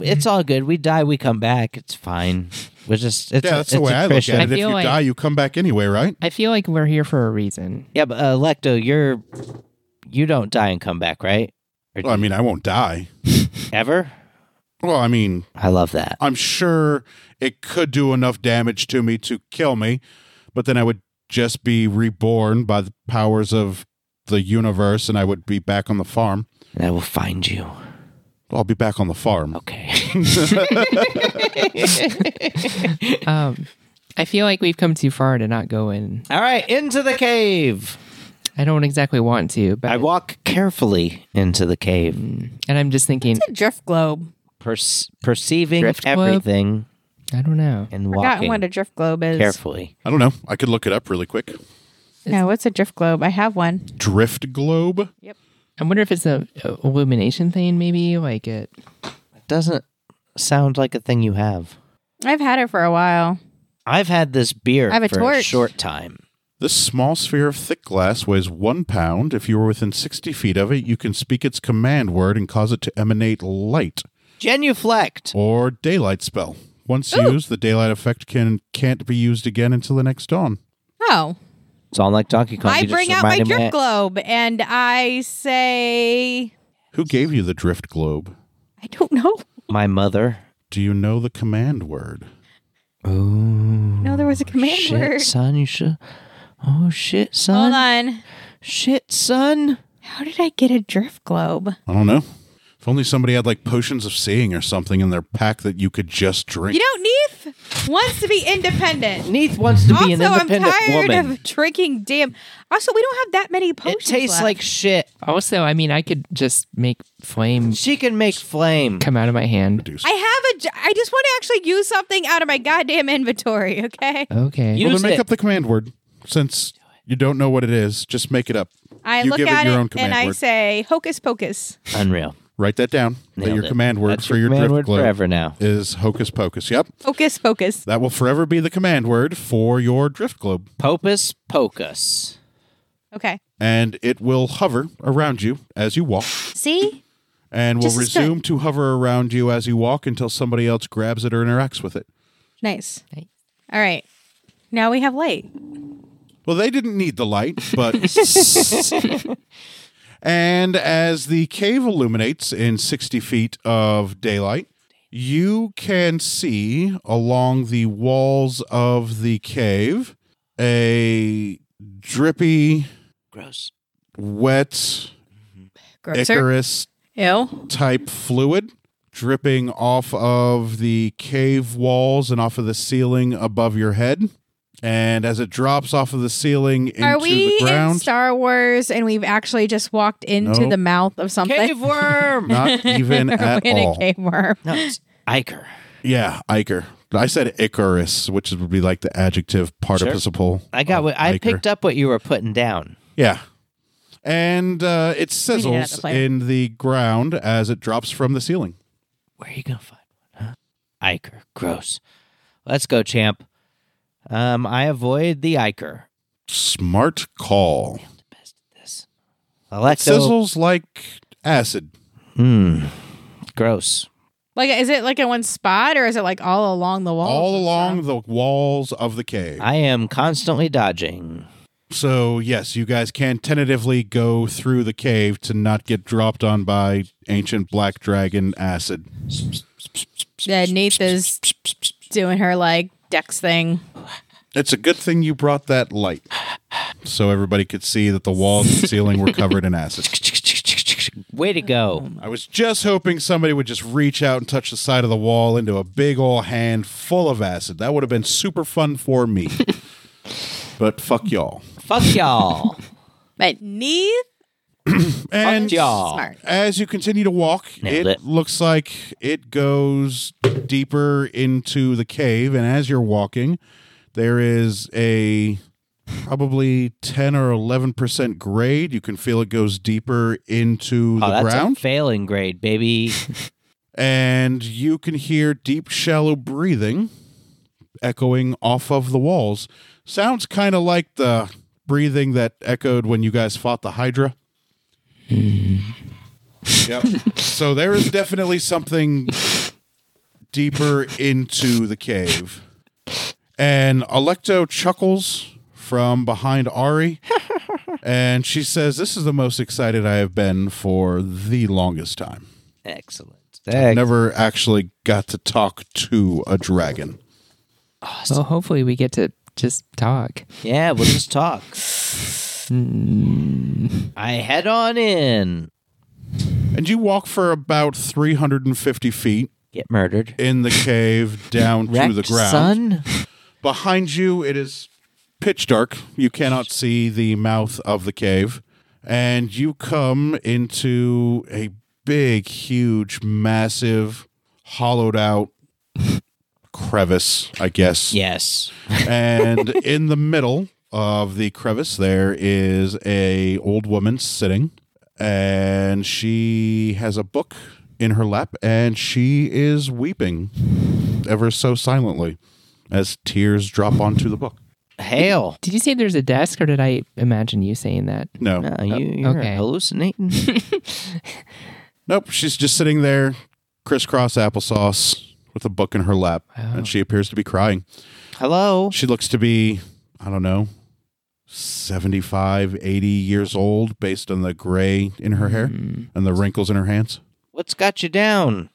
It's all good. We die, we come back. It's fine. We're just, it's,
yeah, that's
it's
the way
a
I look
Christian.
at it.
I
If you
feel like-
die, you come back anyway, right?
I feel like we're here for a reason.
Yeah, but uh, Lecto, you're, you don't die and come back, right? Or
Well, I mean, I won't die.
ever?
Well, I mean,
I love that.
I'm sure it could do enough damage to me to kill me, but then I would just be reborn by the powers of the universe, and I would be back on the farm.
And I will find you.
I'll be back on the farm.
Okay.
Um, I feel like we've come too far to not go in.
all right, into the cave.
I don't exactly want to, but
I walk carefully into the cave,
and I'm just thinking,
drift globe?
perce- perceiving
Drift club?
everything
I don't know.
and
Forgotten
walking
what a drift globe is.
carefully.
I don't know. I could look it up really quick.
No, what's a drift globe? I have one.
Drift globe.
I wonder if it's a, a illumination thing, maybe like it.
Doesn't sound like a thing you have.
I've had it for a while.
I've had this beer
I have a
for a
torch.
short time.
This small sphere of thick glass weighs one pound. If you are within 60 feet of it, you can speak its command word and cause it to emanate light.
Genuflect.
or daylight spell. Once used, the daylight effect can can't be used again until the next dawn.
Oh,
It's all like Donkey Kong.
I
You just
bring out my
reminded me
drift
I-
globe and I say,
Who gave you the drift globe?
I don't know.
My mother.
Do you know the command word?
Oh.
No, there was a command
shit,
word.
son. You should. Oh shit, son.
Hold on.
Shit, son.
How did I get a drift globe?
I don't know. If only somebody had like potions of seeing or something in their pack that you could just drink.
You know, Neef wants to be independent.
Neith wants to be an
also, I'm
independent
tired
woman.
of drinking damn. Also, we don't have that many
it
potions.
tastes
left.
like shit.
Also, I mean, I could just make flame
She can make flame.
come out of my hand.
I have a. j- I just want to actually use something out of my goddamn inventory. Okay,
Okay.
You-
well,
Use
then make
it.
up the command word. Since you don't know what it is, just make it up.
I
You
look
give it
at
your own
it
command
and I
word.
say, "Hocus pocus."
Unreal.
Write that down. That
Nailed
your
it.
command word
That's
for
your
your
command
drift
word
globe
forever now.
is hocus pocus. Yep.
Hocus pocus.
That will forever be the command word for your drift globe.
Popus pocus.
Okay.
And it will hover around you as you walk.
See,
and will
Just a sec.
resume to hover around you as you walk until somebody else grabs it or interacts with it.
nice.
Nice.
All right. Now we have light.
Well, they didn't need the light, but. and as the cave illuminates in 60 feet of daylight, you can see along the walls of the cave a drippy,
Gross.
wet
Grosser.
Icarus
Ew.
type fluid dripping off of the cave walls and off of the ceiling above your head. And as it drops off of the ceiling into
Are we
the
in
ground,
Star Wars and we've actually just walked into
No.
the mouth of something?
Cave worm.
not even
We're
at
in
all.
a cave worm.
no, it's Iker.
Yeah, Iker. I said Icarus, which would be like the adjective participle.
I got
of
what I
Oh, Iker.
picked up what you were putting down.
Yeah. And uh, it
need to add up the
sizzles
flavor.
in the ground as it drops from the ceiling.
Where are you gonna find one? Huh? Iker. Gross. Let's go, champ. Um, I avoid the Iker.
Smart call.
The best at this. Electo.
Sizzles like acid.
Hmm. Gross.
Like, is it like in one spot or is it like all along the wall?
all along the walls of the cave.
I am constantly dodging.
So yes, you guys can tentatively go through the cave to not get dropped on by ancient black dragon acid.
Yeah, Neith is doing her like Dex thing.
It's a good thing you brought that light, so everybody could see that the walls and ceiling were covered in acid.
Way to go.
I was just hoping somebody would just reach out and touch the side of the wall into a big old hand full of acid. That would have been super fun for me. but fuck y'all.
Fuck y'all.
But Neith,
And
y'all.
smart.
As you continue to walk, it,
Nailed it.
looks like it goes deeper into the cave. And as you're walking, there is a probably 10 or 11% grade. You can feel it goes deeper into
Oh,
the
that's
ground.
a failing grade, baby.
and you can hear deep, shallow breathing echoing off of the walls. Sounds kind of like the breathing that echoed when you guys fought the Hydra. yep. So there is definitely something deeper into the cave. And Electo chuckles from behind Ari. and she says, This is the most excited I have been for the longest time.
Excellent.
I
Excellent.
never actually got to talk to a dragon.
Well, hopefully we get to just talk.
Yeah, we'll just talk. I head on in.
And you walk for about 350 feet
Get murdered.
in the cave down to
Wrecked
the ground.
Son?
Behind you, it is pitch dark. You cannot see the mouth of the cave. And you come into a big, huge, massive, hollowed out crevice, I guess.
Yes.
and in the middle of the crevice there is a old woman sitting and she has a book in her lap and she is weeping ever so silently as tears drop onto the book
Hail.
Did you say there's a desk, or did I imagine you saying that?
no
Uh, you, you're
okay.
hallucinating.
nope she's just sitting there crisscross applesauce with a book in her lap
Oh.
and she appears to be crying
Hello.
she looks to be i don't know 75 80 years old based on the gray in
Oh.
her hair
Hmm.
and the wrinkles in her hands
What's got you down?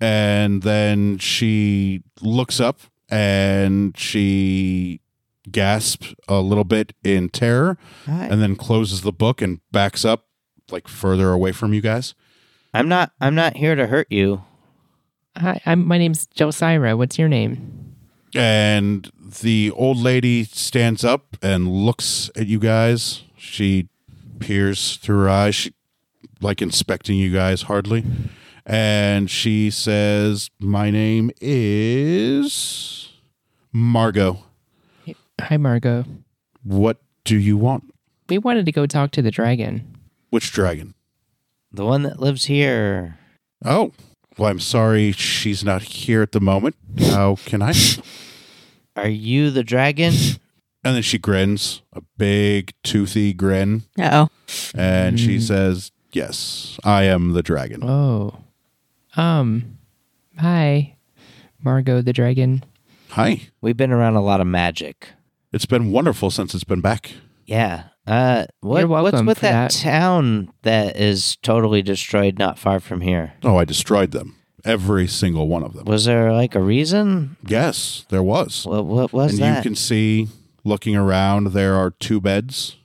and then she looks up and she gasps a little bit in terror
Hi.
and then closes the book and backs up like further away from you guys
I'm not. I'm not here to hurt you.
Hi, I'm, my name's Josira. What's your name?
and the old lady stands up and looks at you guys she peers through her eyes she like inspecting you guys hardly and she says my name is margot
Hi, Margot.
what do you want
We wanted to go talk to the dragon.
which dragon
The one that lives here.
oh well i'm sorry she's not here at the moment how can i
Are you the dragon?
and then she grins a big toothy grin
Uh oh.
and
Mm.
she says yes i am the dragon
Oh, um, hi, Margot the dragon.
Hi.
We've been around a lot of magic.
It's been wonderful since it's been back.
Yeah. Uh, what,
You're
what's
welcome
with
for
that,
that.
town that is totally destroyed not far from here?
Oh, I destroyed them. Every single one of them.
Was there like a reason?
Yes, there was.
What, what was
and
that?
you can see looking around, there are two beds.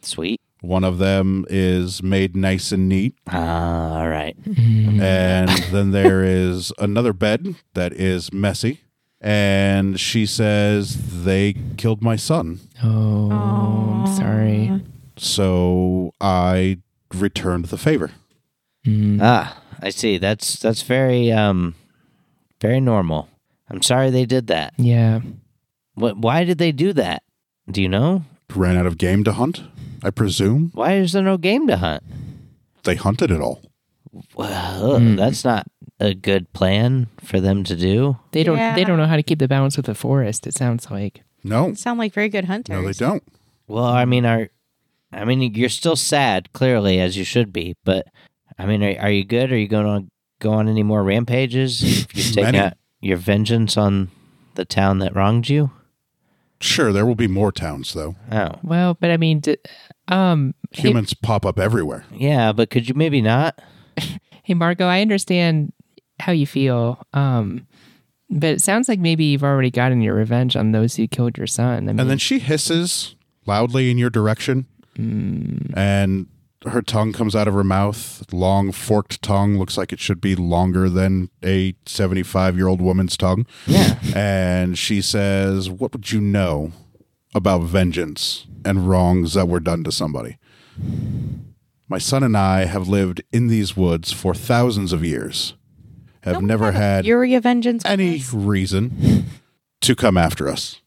Sweet.
One of them is made nice and neat.
Ah, all right.
And then there is another bed that is messy. And she says, They killed my son.
Oh, I'm sorry.
So I returned the favor.
Mm,
Ah, I see. That's that's very um, very normal. I'm sorry they did that.
Yeah.
What? Why did they do that? Do you know?
Ran out of game to hunt, I presume.
Why is there no game to hunt?
They hunted it all.
Well,
Hmm.
that's not a good plan for them to do.
They don't
Yeah.
they don't know how to keep the balance with the forest, it sounds like.
No,
Sound like very good hunters.
no, they don't.
Well, I mean, are I mean, you're still sad, clearly, as you should be. But I mean, are, are you good? Are you going to go on any more rampages? If you've taken
Many.
out your vengeance on the town that wronged you.
Sure, there will be more towns, though.
Oh,
Well, but I mean d- um hey-
Humans pop up everywhere.
yeah, but could you maybe not?
Hey Marco, I understand how you feel. Um but it sounds like maybe you've already gotten your revenge on those who killed your son. I mean,
And then she hisses loudly in your direction, and her tongue comes out of her mouth. Long, forked tongue looks like it should be longer than a 75 year old woman's tongue.
Yeah.
And she says, What would you know about vengeance and wrongs that were done to somebody? My son and I have lived in these woods for thousands of years, have never had
Fury of Vengeance.
any
quest?
reason to come after us,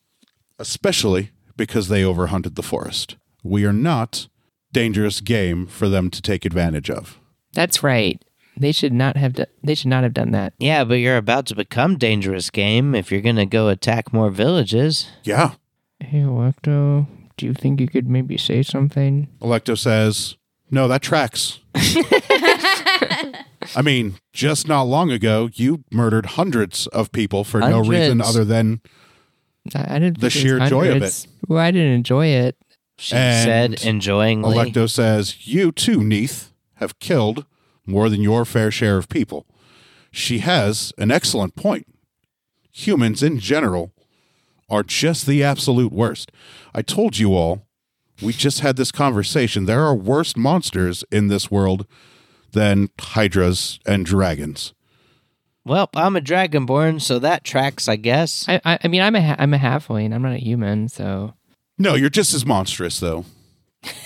especially because they overhunted the forest. We are not dangerous game for them to take advantage of.
That's right. They should not have do- they should not have done that.
Yeah, but you're about to become dangerous game if you're gonna go attack more villages.
Yeah.
Hey Electo, do you think you could maybe say something?
Electo says, No, that tracks. I mean, just not long ago, you murdered hundreds of people for no reason
Hundreds.
other than
I, I didn't.
The
think it was
sheer joy of
hundreds. Well, I didn't enjoy it.
She
And
said enjoyingly.
Electo says, You too, Neith, have killed more than your fair share of people. She has an excellent point. Humans in general are just the absolute worst. I told you all, we just had this conversation. There are worse monsters in this world than hydras and dragons.
well, I'm a dragonborn, so that tracks, I guess.
I, I, I mean, I'm a ha- I'm a halfling. I'm not a human, so
No, you're just as monstrous, though.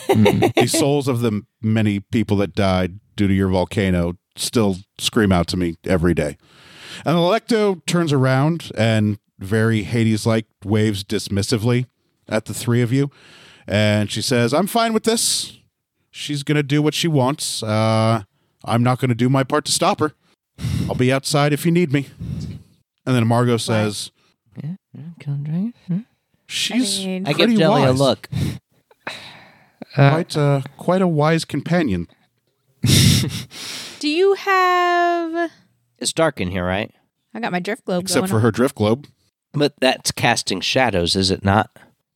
Mm.
the souls of the many people that died due to your volcano still scream out to me every day. And Electo turns around and very Hades like waves dismissively at the three of you. And she says, I'm fine with this. She's going to do what she wants. Uh, I'm not going to do my part to stop her. I'll be outside if you need me. And then Margot says,
kill dragon.
Hmm?
She's
mean-
I
pretty
give Jelly a
wise."
look.
Uh,
Uh,
quite a quite a wise companion.
Do you have?
It's dark in here, right?
I got my drift globe.
Except
Oh, going
for
on.
her drift globe.
But that's casting shadows, is it not?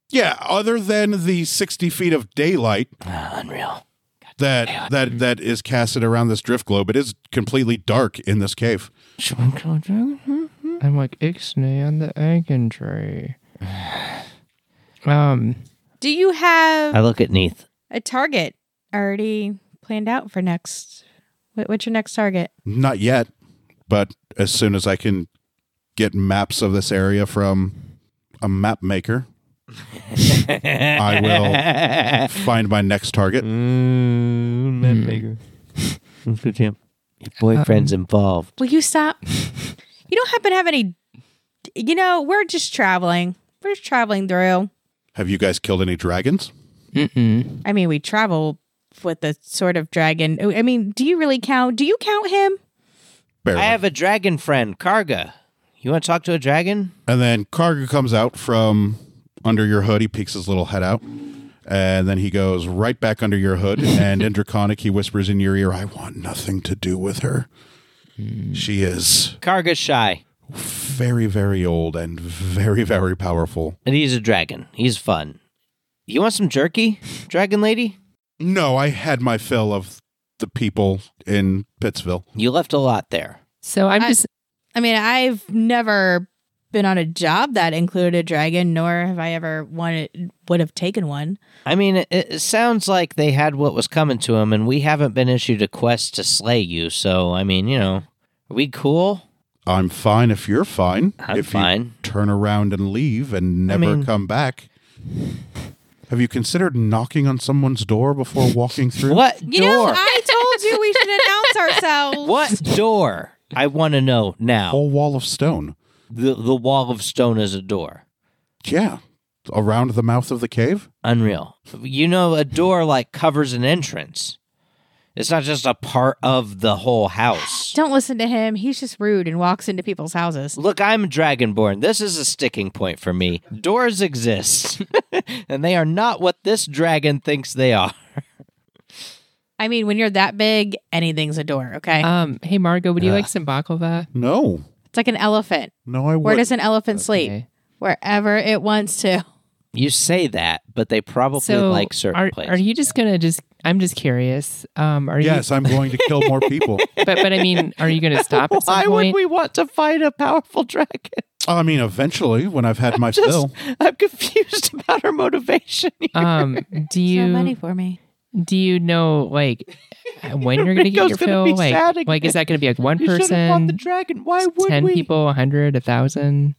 Yeah, other than the sixty feet of daylight
Ah, unreal.
that that that is casted around this drift globe, it is completely dark in this cave.
Should we kill a dragon?
I'm like Ixnay on the Agon tree. Um,
Do you have
I look at Neith.
a target already planned out for next? What, what's your next target?
Not yet, but as soon as I can get maps of this area from a map maker, I will
Moonmaker.
find my next target.
Hmm. Good champ. Your boyfriend's involved.
Will you stop? you don't happen to have any? You know, we're just traveling. We're just traveling through.
Have you guys killed any dragons?
mm-mm.
I mean, we travel with the sort of dragon. Oh, I mean, do you really count? Do you count him?
Barely.
I have a dragon friend, Karga. You want to talk to a dragon?
And then Karga comes out from under your hood. He peeks his little head out. And then he goes right back under your hood. and in Draconic, he whispers in your ear,
Hmm.
I want nothing to do with her. She is
Karga's shy.
very, very old and very, very powerful.
And he's a dragon. He's fun. You want some jerky, dragon lady?
No, I had my fill of the people in Pittsville.
You left a lot there.
So I'm
I-
just
I mean, I've never been on a job that included a dragon, nor have I ever wanted would have taken one.
I mean, it, it sounds like they had what was coming to them, and we haven't been issued a quest to slay you. So, I mean, you know, are we cool?
I'm fine if you're fine.
I'm
if you
fine.
turn around and leave and
I
never
mean-
come back. Have you considered knocking on someone's door before walking through?
What
You
door?
know, I told you we should announce ourselves.
what door? I want to know now.
Whole wall of stone.
The the wall of stone is a door.
Yeah. Around the mouth of the cave?
Unreal. You know, a door like covers an entrance. It's not just a part of the whole house.
Don't listen to him. He's just rude and walks into people's houses.
Look, I'm a dragonborn. This is a sticking point for me. Doors exist, and they are not what this dragon thinks they are.
I mean, when you're that big, anything's a door, okay?
um hey Margo, would you
Ugh.
like some baklava?
No.
it's like an elephant.
No, I
Where
would.
does an elephant sleep?
Okay.
Wherever it wants to.
You say that, but they probably
So
like certain
are,
places.
are you just gonna just I'm just curious. Um are
Yes, I'm going to kill more people.
you but but I mean, are you gonna stop at some
Why
point?
would we want to fight a powerful dragon?
I mean, eventually, when I've had my
Just-
fill.
I'm confused about her motivation.
um do
So
you
money for me.
do you know like uh, when you're gonna get
Rico's
your
gonna
fill?
be sad
Like like is that gonna be like one
You should have fought the
person,
dragon. Why would
ten
we?
people, a hundred, a thousand,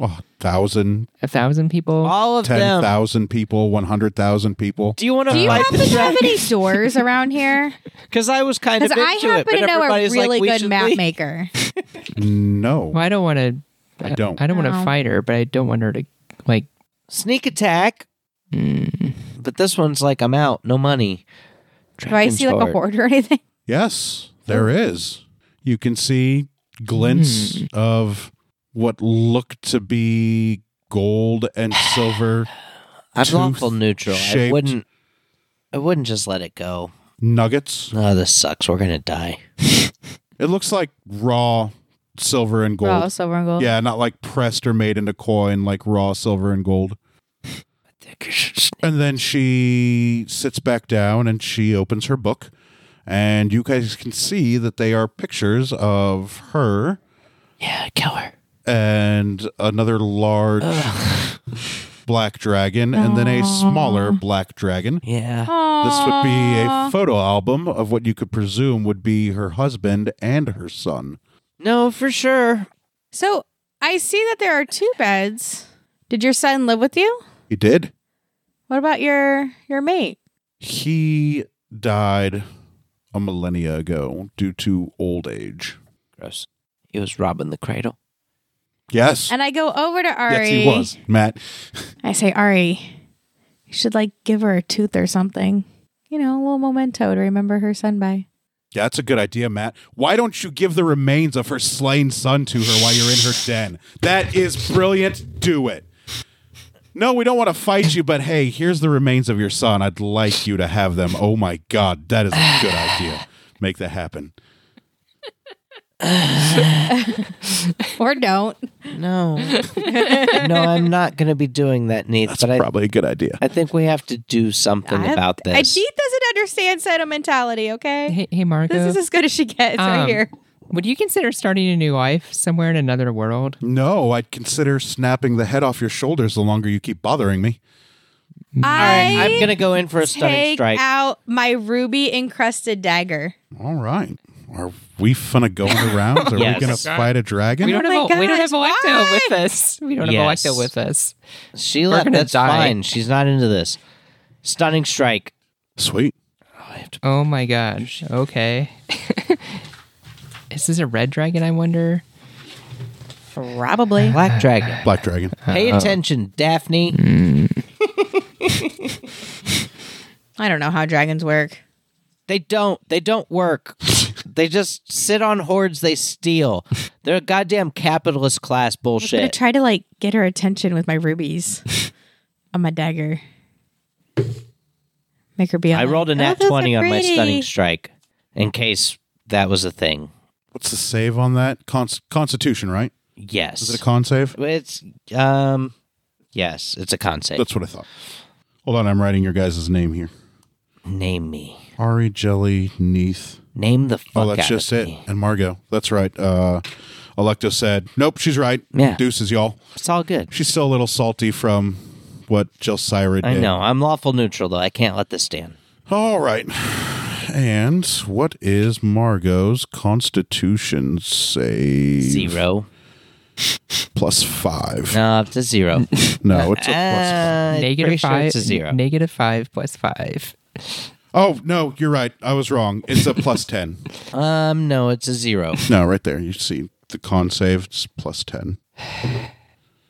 Oh, thousand,
a thousand people?
All of
ten
them.
thousand people, one hundred thousand people.
Do you want to
Do you
fight
happen
the
to have
dragon?
any doors around here?
Because I was kind of
Because
into
I
it,
happen
but
to know a
everybody's
really
like, we
good
should
map
leave.
maker.
No,
Well, I don't want to.
I don't.
I don't want
No.
to fight her, but I don't want her to like.
Sneak attack.
Mm,
But this one's like, I'm out. No money.
Do I see like a
horse?
hoard or anything?
Yes,
Oh.
there is. You can see glints
Hmm.
of what look to be gold and silver
I'm lawful
tooth
neutral. I
shaped-
wouldn't. I wouldn't just let it go.
nuggets.
Oh, this sucks. We're gonna die.
It looks like raw silver and gold.
Oh, silver and gold.
Yeah, not like pressed or made into coin, like raw silver and gold. And then she sits back down and she opens her book. And you guys can see that they are pictures of her
yeah, kill her.
and another large black dragon, and then a smaller black dragon.
Yeah.
This would be a
Aw.
photo album of what you could presume would be her husband and her son.
No, for sure.
So I see that there are two beds. Did your son live with you?
He did.
What about your your mate?
He died a millennia ago due to old age.
Gross. He was robbing the cradle.
Yes.
And I go over to Ari.
Yes, he was. Matt,
I say, Ari, you should like give her a tooth or something. You know, a little memento to remember her son by.
Yeah, that's a good idea, Matt. Why don't you give the remains of her slain son to her while you're in her den? That is brilliant. Do it. No, we don't want to fight you, but hey, here's the remains of your son. I'd like you to have them. Oh my God, that is a good idea. Make that happen.
Or don't.
No. no, I'm not going to be doing that, Neith.
That's
but I,
probably a good idea.
I think we have to do something
I-
about
I,
this.
she doesn't understand sentimentality, okay?
hey, hey, Margo.
This is as good as she gets right
Um,
here.
would you consider starting a new life somewhere in another world?
No, I'd consider snapping the head off your shoulders the longer you keep bothering me.
I
I'm going to go in for a stunning
take
strike.
out my ruby encrusted dagger.
All right. Are we finna go in the rounds? Are
Yes.
we gonna fight a dragon?
We don't
Oh my
have a, we don't
gosh,
have Electo
why?
with us. We don't
Yes.
have Electo with us.
Sheila,
gonna
that's
die.
fine. She's not into this. Stunning strike.
Sweet.
Oh, I have to-
Oh my gosh. Okay. is this a red dragon? I wonder.
Probably.
Black
Uh,
dragon.
Black dragon.
Pay attention, Daphne.
mm.
I don't know how dragons work.
They don't. They don't work. they just sit on hordes they steal. They're a goddamn capitalist class
I'm gonna
bullshit.
try to like get her attention with my rubies on my dagger. Make her be.
I
all
rolled a
like,
nat
"Oh, those
20
are
on my
pretty."
stunning strike in case that was a thing.
What's the save on that? Con- Constitution, right?
Yes.
Is it a con save?
It's um yes, it's a con save.
That's what I thought. Hold on, I'm writing your guys' name here.
Name me.
Ari, Jelly, Neath.
Name the fuck
Oh, that's
out
just
of
it.
me.
And Margot. That's right. Uh, Electo said, nope, she's right.
Yeah.
Deuces, y'all.
It's all good.
She's still a little salty from what Jelsira did.
I know. I'm lawful neutral though. I can't let this stand.
All right. And what is Margot's constitution save?
Zero.
Plus five.
No, up to zero.
No, it's a plus
Uh, pretty
Negative
sure
five.
it's a zero.
Negative five plus five.
Oh, no, you're right. I was wrong. It's a plus 10.
um, no, it's a zero.
No, right there. You see the con save. It's plus 10.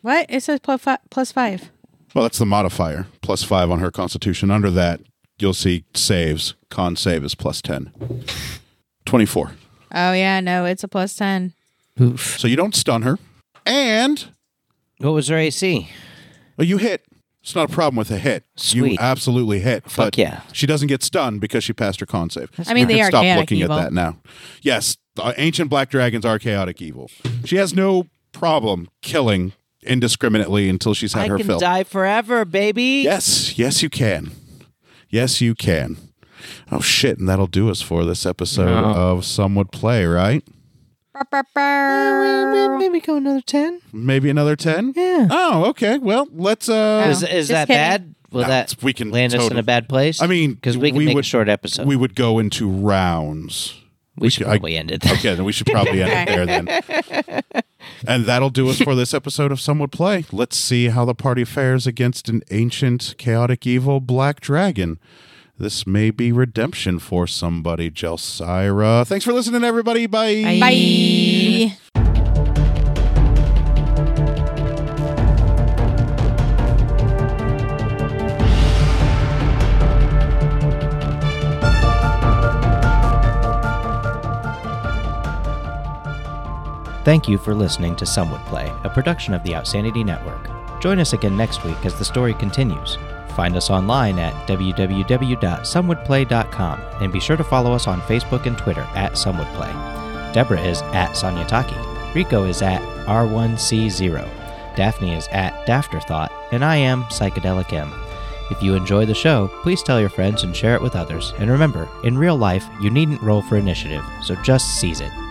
What? It says plus five. Plus five.
Well, that's the modifier. Plus 5 on her constitution. Under that, you'll see saves. Con save is plus 10. 24.
Oh yeah, no, it's a plus ten.
Oof.
So you don't stun her. And
What was her AC?
well, you hit. It's not a problem with a hit. You
Sweet.
absolutely hit.
Fuck
but
yeah.
She doesn't get stunned because she passed her con save.
I mean,
You
they
can
are
stop
chaotic
looking
evil.
at that now. Yes, uh, ancient black dragons are chaotic evil. She has no problem killing indiscriminately until she's had
I
her
can
fill.
die forever, baby.
Yes, yes, you can. Yes, you can. Oh shit! And that'll do us for this episode
No.
Oh.
of Some Would Play, right?
Brr, brr, brr.
Maybe go another ten.
Maybe another ten.
Yeah.
Oh, okay. Well, let's. uh
Is,
Just
is that
kidding.
bad? Will
No,
that
it's- we can
land us in
totally-
a bad place?
I mean,
because we can
we
make
would-
a short episode.
We would go into rounds.
we should
I-
probably end it. There.
Okay, then we should probably end it there then. And that'll do us for this episode of Some Would Play. Let's see how the party fares against an ancient, chaotic, evil black dragon. This may be redemption for somebody, Jelsira. Thanks for listening, everybody. Bye.
Bye.
Thank you for listening to Some Would Play, a production of the Outsanity Network. Join us again next week as the story continues. Find us online at www.somewouldplay.com and be sure to follow us on Facebook and Twitter at Some Would Play. Deborah is at Sanyataki, Rico is at R1C0, Daphne is at Dafterthought, and I am Psychedelic M. If you enjoy the show, please tell your friends and share it with others. And remember, in real life, you needn't roll for initiative, so just seize it.